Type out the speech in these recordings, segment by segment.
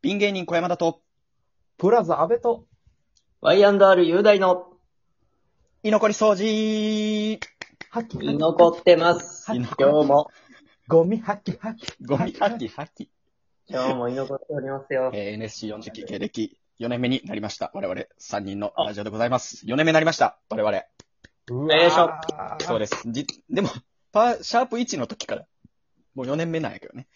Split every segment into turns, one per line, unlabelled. ピン芸人小山田と、
プラザ安倍と、
ワイアンドール雄大の
居残り掃除
はき
居残ってます。
はい
今日も、
ゴミはきはき。
ゴミはきはき。
今日も居残っておりますよ。
えー NSC40 期経歴4年目になりました。我々3人のラジオでございます。4年目になりました。我々。
う
よいしょ
そうで
で
す。じでも、パー、シャープ1の時から、もう4年目なんやけどね。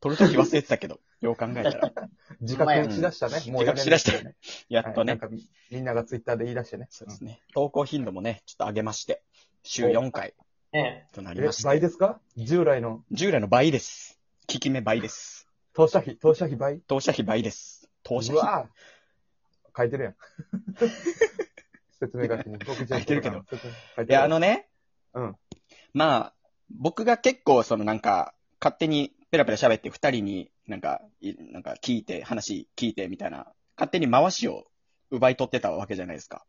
撮るとき忘れてたけ ど、よう考えたら。
す。自覚しだしたね。もう
自覚しだした
やめて
や
ね
っとね、
はいなんかみんながツイッターで言い出してね。
そうですね。投稿頻度もね、ちょっと上げまして、週4回
ね
となり
え
まし、た。
倍ですか従来の
従来の倍です。効き目倍です。
投射費、投射費倍
投射費倍です。投射
う
費。
わぁ書いてるやん。 説明 書きに。僕じゃ
書いてるけど。
説明書い
いや、あのね、
うん。
まあ、僕が結構、そのなんか、勝手にペラペラ喋って、二人になんか、いなんか聞いて、話聞いてみたいな、勝手に回しを奪い取ってたわけじゃないですか。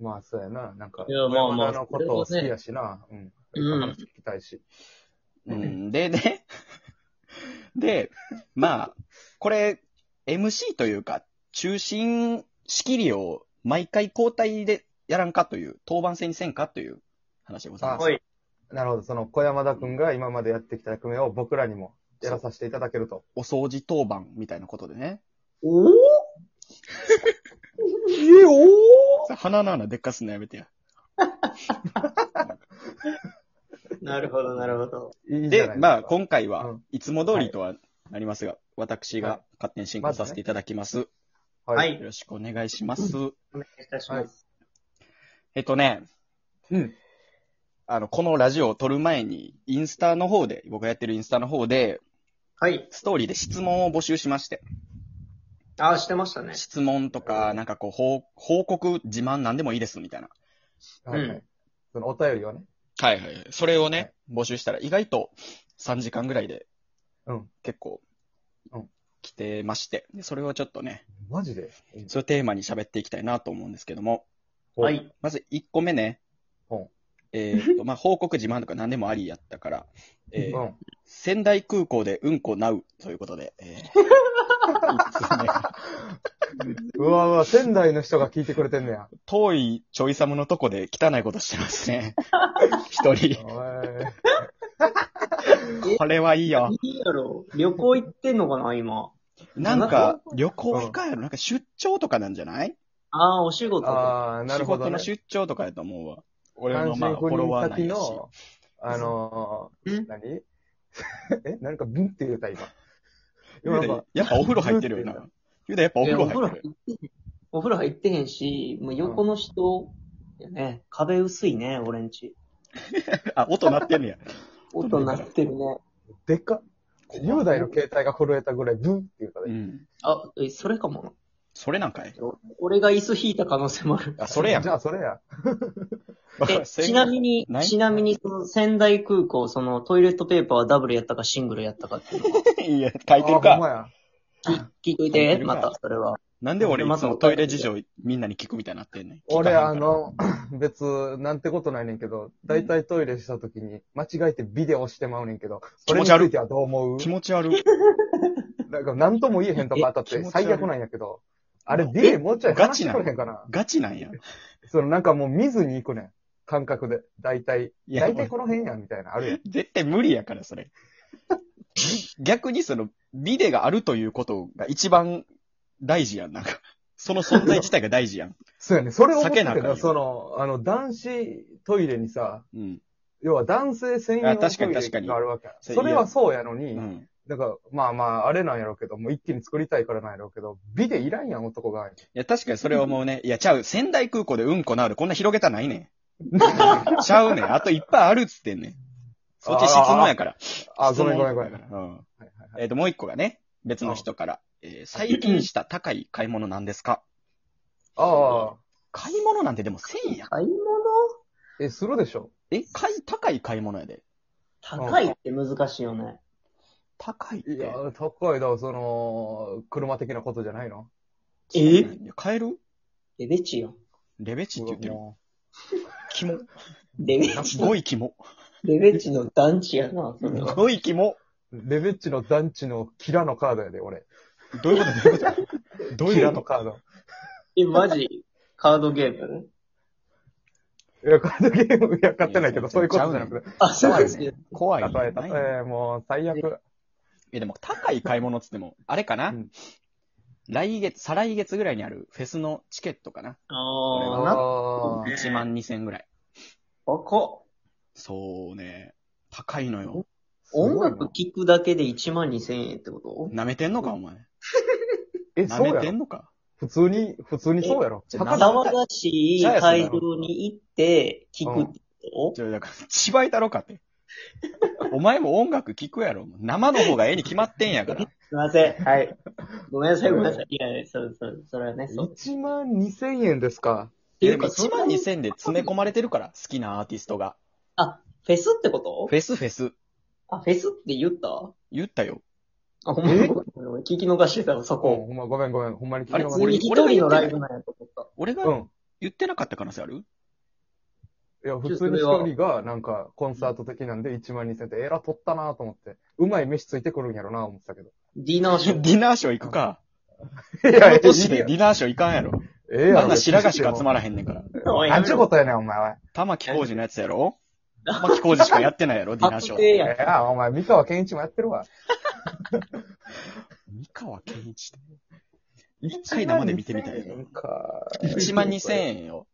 まあ、そうやな。なんか、
いやまあま
山
あ
田のことを好きやしな。うん。
うん
話聞きたいし。
う、
うん
でね、で、まあ、これ、MC というか、中心仕切りを毎回交代でやらんかという、当番制にせんかという話でございます。
あ
はい。
なるほど。その小山田くんが今までやってきた役目を僕らにもやらさせていただけると。
お掃除当番みたいなことでね。
おおえ、お
さ鼻の穴でっかすのやめてや。
なるほど、なるほど。
いいじ
で、
ゃないすか
まあ、今回
う
は
ん、
いつも通りとはなりますが、私
は
が
い
勝手に進行させていただきます。
は
はい。
い。
よろしくお願いします。
お願いいたします。
えっとね、
うん。
あの、このラジオを撮る前に、インスタの方で、僕がやってるインスタの方で、
はい。
ストーリーで質問を募集しまして、
ああ、してましたね。
質問とか、なんかこう、報報告、自慢なんでもいいです、みたいな。
はいはいそのお便りはね。
はいはい。それをね、募集したら、意外と3時間ぐらいで、
うん
結構
うん、
来てまして、でそれをちょっとね、
マジで
それをテーマに喋っていきたいなと思うんですけども、
お
はい。
まず1個目ね
うん、
えーっと、まあ、 報告自慢とか何でもありやったから、えー
うん。
仙台空港でうんこなうということで、えー
うわうわ、仙台の人が聞いてくれてんねや。
遠いちょい寒のとこで汚いことしてますね。一人。
おい
これはいいよ。
いいやろ。旅行行ってんのかな、今。
なんか、旅行かやろなんか出張とかなんじゃない
ああ、お仕事で。
ああ、な
仕
るほど、
事
ね。
の出張とかやと思うわ。俺
単
のまあ、
身
フ
赴
ォロ
任
ワーなん
先
やし。
の、あの
ん
ー、何 えなんか、ビンって言うた、今。
ゆうだ
なんか
やっぱお風呂入ってるよ
ブー
な。ゆうだやっぱお風呂
いや
入ってる。
お風呂入ってへんし、もう横の人、やね、壁薄いね、俺んち。
あ、音鳴ってんねや。
音鳴ってるね。
でっかっ。雄大の携帯が震えたぐらい、ブンって言うた
う
で。
ん。
あ、え、それかもな。
それなんかい
俺が椅子引いた可能性もある。
あ、それやん
じ。ゃあ、それや。
え、ちなみに
な、い
ちなみに、その仙台空港、そのトイレットペーパーはダブルやったかシングルやったかっていうのを
に。いや、書いてる
あほんま
か。
や。
聞聞いと
書
い
いて
て、
るか
また、それは。
なんで俺い
ま
つ
ず
もトイレ事情みんなに聞くみたいになってんねん。聞かへ
俺、
んから
あ、の、別、なんてことないねんけど、だいたいトイレした時に、間違えてビデオしてまうねんけど、
気
そ
持
れに
ち
つ
悪い
いてはどう思う
気持ち悪い。
なんか、なんとも言えへんとか当たっ
え気
て
持ち悪い
最悪なんやけど、あれ、ビデオもうちょい
ガ
話
チ
して
な
く
の
れへんかな。
ガチなんや。
その、なんかもう見ずに行くねん。感覚で。だいたい。
いや
だいたいこの辺やん、みたいな。あるやん。
絶対無理やから、それ。逆にその、ビデがあるということが一番大事やん、なんか。その存在自体が大事やん。
そうやね。それを思って
避けなあ
た
か
け
んよ
ど、その、あの、男子トイレにさ、
うん。
要は男性専用
あ
のト
確かに
イ
確かに
レがあるわけや。
そ
そうれはそうやの
う
に、
ん。
だから、まあまあ、あれなんやろうけど、もう一気に作りたいからなんやろうけど、ビデいらんやん、男が。
いや、確かにそれはもうね、いや、ちゃう。仙台空港でうんこなる。こんな広げたないねん。ちゃうねん。あといっぱいあるっつってんねん。そっち質問やから。
あ、
質
ご
問
めんごめんごめん。
や
は
か
い
らうん。
はいはい
えっ、と、もう一個がね、別の人から、えー最近した高い買い物なんですか
ああ、
買い物なんてでも1000やん。
買い物
え、するでしょ
え、買い、高い買い物やで。
高いって難しいよね。
高いっ
い
て
や。、高いだ、その、車的なことじゃないの
え
いや買える
レベチよ。
レベチって言ってる。
も
キモ。
レベ
す
チ、
ごいキモ。
レベチの団地やな、そ
す
れは。
ごいキモ。
うレベッチの団地のキラのカードやで、俺。
どういうことどういうことどう
キ
い
ラ
う
の
こ
カード。
え、マジカードゲーム
いや、カードゲーム、いや、買ってないけ
いや
ど、そういうことじゃなくて。
あ、
と 怖い
です
ね。怖いよ
例え、
ね。
例え、もう、最悪。
え、でも高い買い物っつっても、あれかな、
うん
来月、再来月ぐらいにあるフェスのチケットかな
あ
あ
ー
あ、な、ね
1万2千ぐらい。
高っ
そうね。高いのよ。
すごい
音
な
楽聴くだけで1万2000円ってこと
舐めてんのか、お前。
え、
舐
そう
め
や
て
ろ
んのか。
普通に、普通にそうやろ
え
高
高
わ
い
ざ
な
わざしい会場に行って聴くってこ
ちょ、だから、ちばいたろかって。お前も音楽聞くやろ。生の方がええに決まってんやから。
とすいません。はい。ごめんなさい、ごめんなさい。いやいや、そうそう、それはね、そう。っ
1万2000円ですか。
てい
で
う
も
か、そ
1
んな
万
に
2千で詰め込まれてるから、好きなアーティストが。
あ、フェスってこと
フェスフェス。
あ、フェスって言った
言ったよ。
あ、ほんまに
え
聞き逃してたわ、そ
うん、
こ。
ほんまごめんごめん。ほんまに聞
あ
き
れ
逃
普
し
通
て
に一人のライブなんやと思った。
俺
う
が
ん。
言ってなかった可能性ある、
いや、普通に一人が、なんか、コンサート的なんで1万2000円って、えら取ったなと思って。うまい飯ついてくるんやろな思ってたけど。
ディナーショー。
ディナーショー行くか。こ
いや、
の
ええ
年で
やん
ディナーショー行かんやろ。
ええや
あん
ろ。
な白髪しか集ま
ら
らへんねんから。
おいや
なん
め
ちゅう
ろ
ことやねん、お前は。
玉置浩二のやつやろ玉置浩二しかやってないやろ、ディナーショ
確
ー。
定
い
やん。
や、お前、三河健一もやってるわ。
三河健一って。一回生で見てみたいよ。
か。
1万2000。円よ。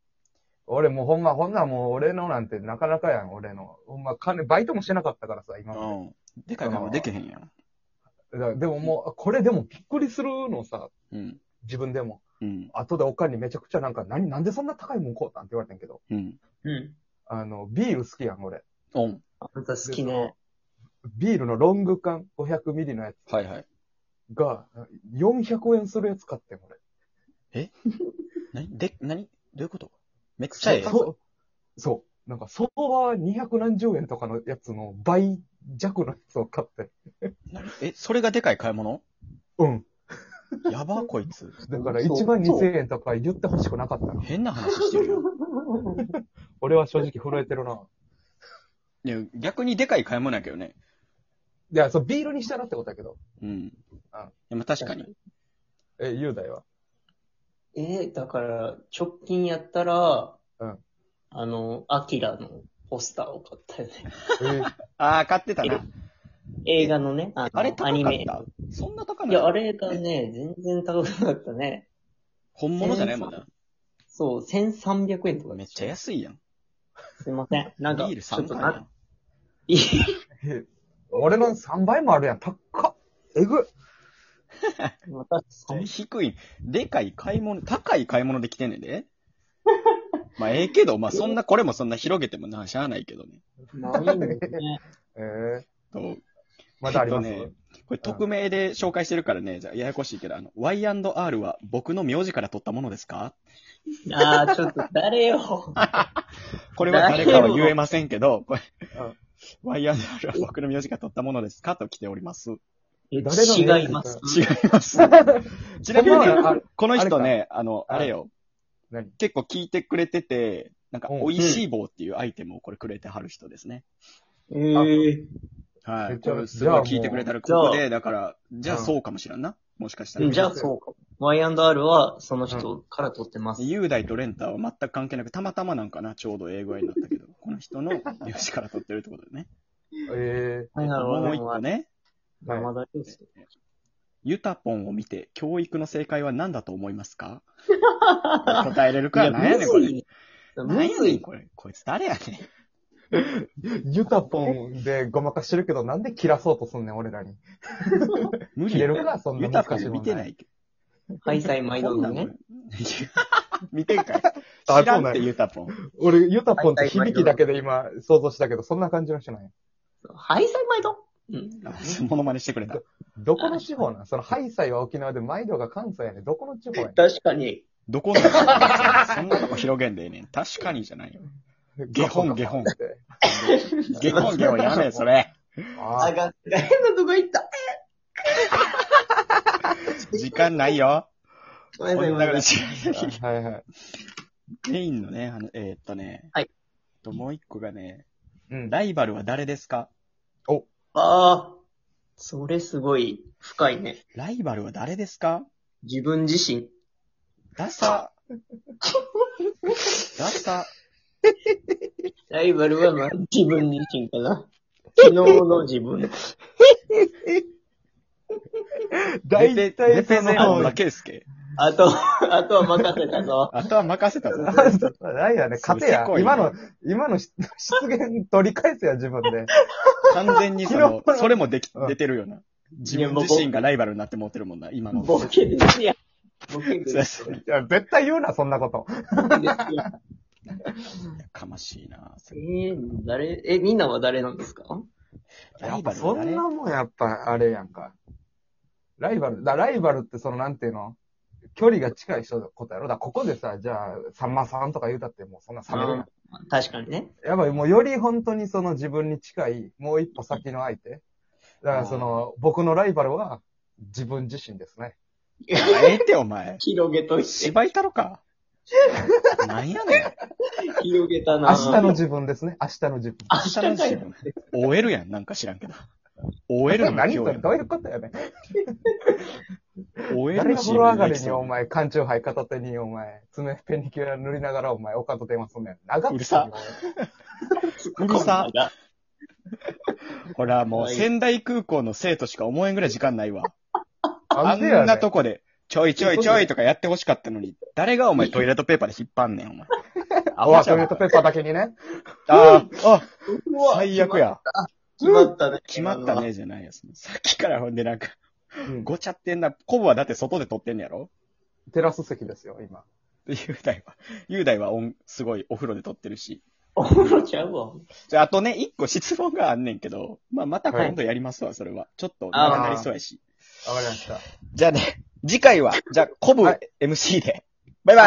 俺もうほんま、ほんならもう俺のなんてなかなかやん、俺の。ほんま、金、バイトもしてなかったからさ、
う
今まで。
ん。でかいかもでけへんやん。
だからでももう、これでもびっくりするのさ、
うん。
自分でも。
うん。
後でおかんにめちゃくちゃなんか、何、なんでそんな高いもん買うたんって言われてんけど。
うん。
うん。
あの、ビール好きやん、俺。
オン。
あんた好きね。
ビールのロング缶500ミリのやつ
はいはい。
が、400円するやつ買ってん、俺。
なにで、なにどういうことめっちゃええやん。
そう。そう。なんか、相場は2何十円とかのやつの倍弱のやつを買って。
なにえ、それがでかい買い物
うん。
や ば、こいつ。
だから
そう
1万2000円とか言ってほしくなかったの。
変な話してる
俺は正直震えてるな。
やん。いや、逆にでかい買い物やけどね。
いや、そう、ビールにしたらってことだけど。
うん。
あ
でも確かに。
え、雄大は
えーだから、直近やったら、
うん
あの、アキラのポスターを買ったよね。
え、
あー、買ってたな。
映画のね、あの
あれ高か
アニメ。
ったそんな高ない
いや、あれがね、全然高くなかったね。
本物じゃないもんな。
そう、1300円とか。
めっちゃ安いやん。
すいません。なんか、
ビール
ちょっ
3
と
杯
な
や
ん
ん。
え俺の3倍もあるやん。高っ。えぐ。
また、そう
低い。でかい買い物、高い買い物で来てんねんで。まあええけど、まあそんな、これもそんな広げてもな、しゃあないけどね。
ないんだよね。
えー、
そう
まだあります、
えっとねこれ匿名で紹介してるからね、じゃあややこしいけど、あの、Y&R は僕の名字から取ったものですか
ああ、ちょっと誰よ。
これは誰かは言えませんけ ど、これ
うん、
Y&R は僕の名字から取ったものですかと来ております。
誰
え
の名字
違います。
違い ます。ちなみ
ほんまはあ
に、この人ね、あの、
うん
あれよ
何。
結構聞いてくれてて、なんか、
うん
美味しい棒っていうアイテムをこれくれてはる人ですね。
えー、
は
め
い。
っちゃ
これすごい聞いてくれたら、
じゃあもう
ここで、だから、じゃあ
うん
そうかもしらんな。もしかした
う
ら。
んじゃあそうか。Y&R はその人から取ってます。
雄大とレンタは全く関係なく、たまたまなんかな、ちょうど英語になったけど、この人の名字から取ってるってことだよね。
え
はいはい、
もう
俺
一
も
個ね、
ー、はい
まだです。
ユタポンを見て、教育の正解は何だと思いますか答えれるから、なんやねん、これ。
いや。む
何や
ず
ねん、
い。
これ。こいつ誰やねん。
ユタポンでごまかしてるけど、なんで切らそうとすんねん、俺らに。
無理
切れ
や
るか、そんな
ユタポ
難しい
ン
も
見
ん
てないけど。
ハイサイ毎度のね。
見てんかい。
あ
知らん
そう
っ
なん
て
や
ユタポン。
俺、ユタポンって響きだけで今想像したけど、そんな感じの人なんや。
ハイサイ毎度うん。
あモノマネしてくれた。
どこの地方なんその、ハイサイは沖縄で、マイドが関西やねんどこの地方やねん
確かに。
どこのそんなとこ広げんでええねん。確かにじゃないよ。下本下本
って
ゲホンゲホンやめえ、それ。
あ
あ
ー
が、変なとこ行った。
時間ないよ。
ごめん
こ
なさい、
ん
ご
なこと
めんなさい。
しない
はいはい。
メインのね、あの、えーっとね。
はい
えっと、もう一個がね、
うん。
ライバルは誰ですか
ああ、それすごい深いね。
ライバルは誰ですか
自分自身。
ダ サ。ダサ。
ライバルはま あ自分自身かな。昨日の自分。
大体
レペ
その
ゼンはケイスケ。
あと、 あとは任せたぞ。
あとは任せたぞ。
何やねん、勝てや
す。ごいね
今の、今のし失言取り返せや、自分で。
完全に その、それもでき
うん、
出てるよな。自分自身がライバルになって持ってるもんな、今の。
ボケですや。ボケ
そうや
です
そうや
いや、絶対言うな、そんなこと。
や。
やかましいな。
えー、誰、え、みんなは誰なんですか
ラ
や
イ
っ
バ
ぱ
ル
そ
は誰
んなもんやっぱ、あれやんか。ライバル、だライバルってその、なんていうの距離が近い人のことやろだ、ここでさ、じゃあ、さんまさんとか言うたって、もうそんな冷めるやん。
確かにね。
やばい、もうより本当にその自分に近い、もう一歩先の相手。だからその、僕のライバルは自分自身ですね。
ええってお 前。
広げといて、
芝居太郎か。なんやねん。
広げた
明
な。
日の自分ですね。明日の自分。
明
明日の自分。OL やん、なんか知らんけど。OL の勢
何
い
そ
や
れ
ん
どういうことやねん。
OL
誰
の
が
チー
風
ム
呂上が
で
り
き
に
そう
お前、缶チューハイ片手にお前、爪ペニキュラ塗りながらお前、おかと電話すんねん。長っ
うるさうるさ。ほら、もう仙台空港の生徒しか思えんぐらい時間ないわ。あ
あん
ん
でやねん
なとこで、ちょいちょいちょいとかやってほしかったのに、誰がお前トイレットペーパーで引っ張んねん、お前。
あわ、トイレットペーパーだけにね。
あーあ、
うわ
最悪。や。
決まったね。
決まった ね、じゃないや。さっきからほんでなんか、
うん
ごちゃってんな。コブはだって外で撮ってんねやろ
テラス席ですよ、今。
雄大は。雄大はおんすごいお風呂で撮ってるし。
あの。お風呂ちゃうわ。
じゃあ、あとね、一個質問があんねんけど、まあ、また今度やりますわ、それは。ちょっと、長くなりそうやし。
わかりました。
じゃあね、次回は、じゃあ、コブ
はい
MC で。バイバイ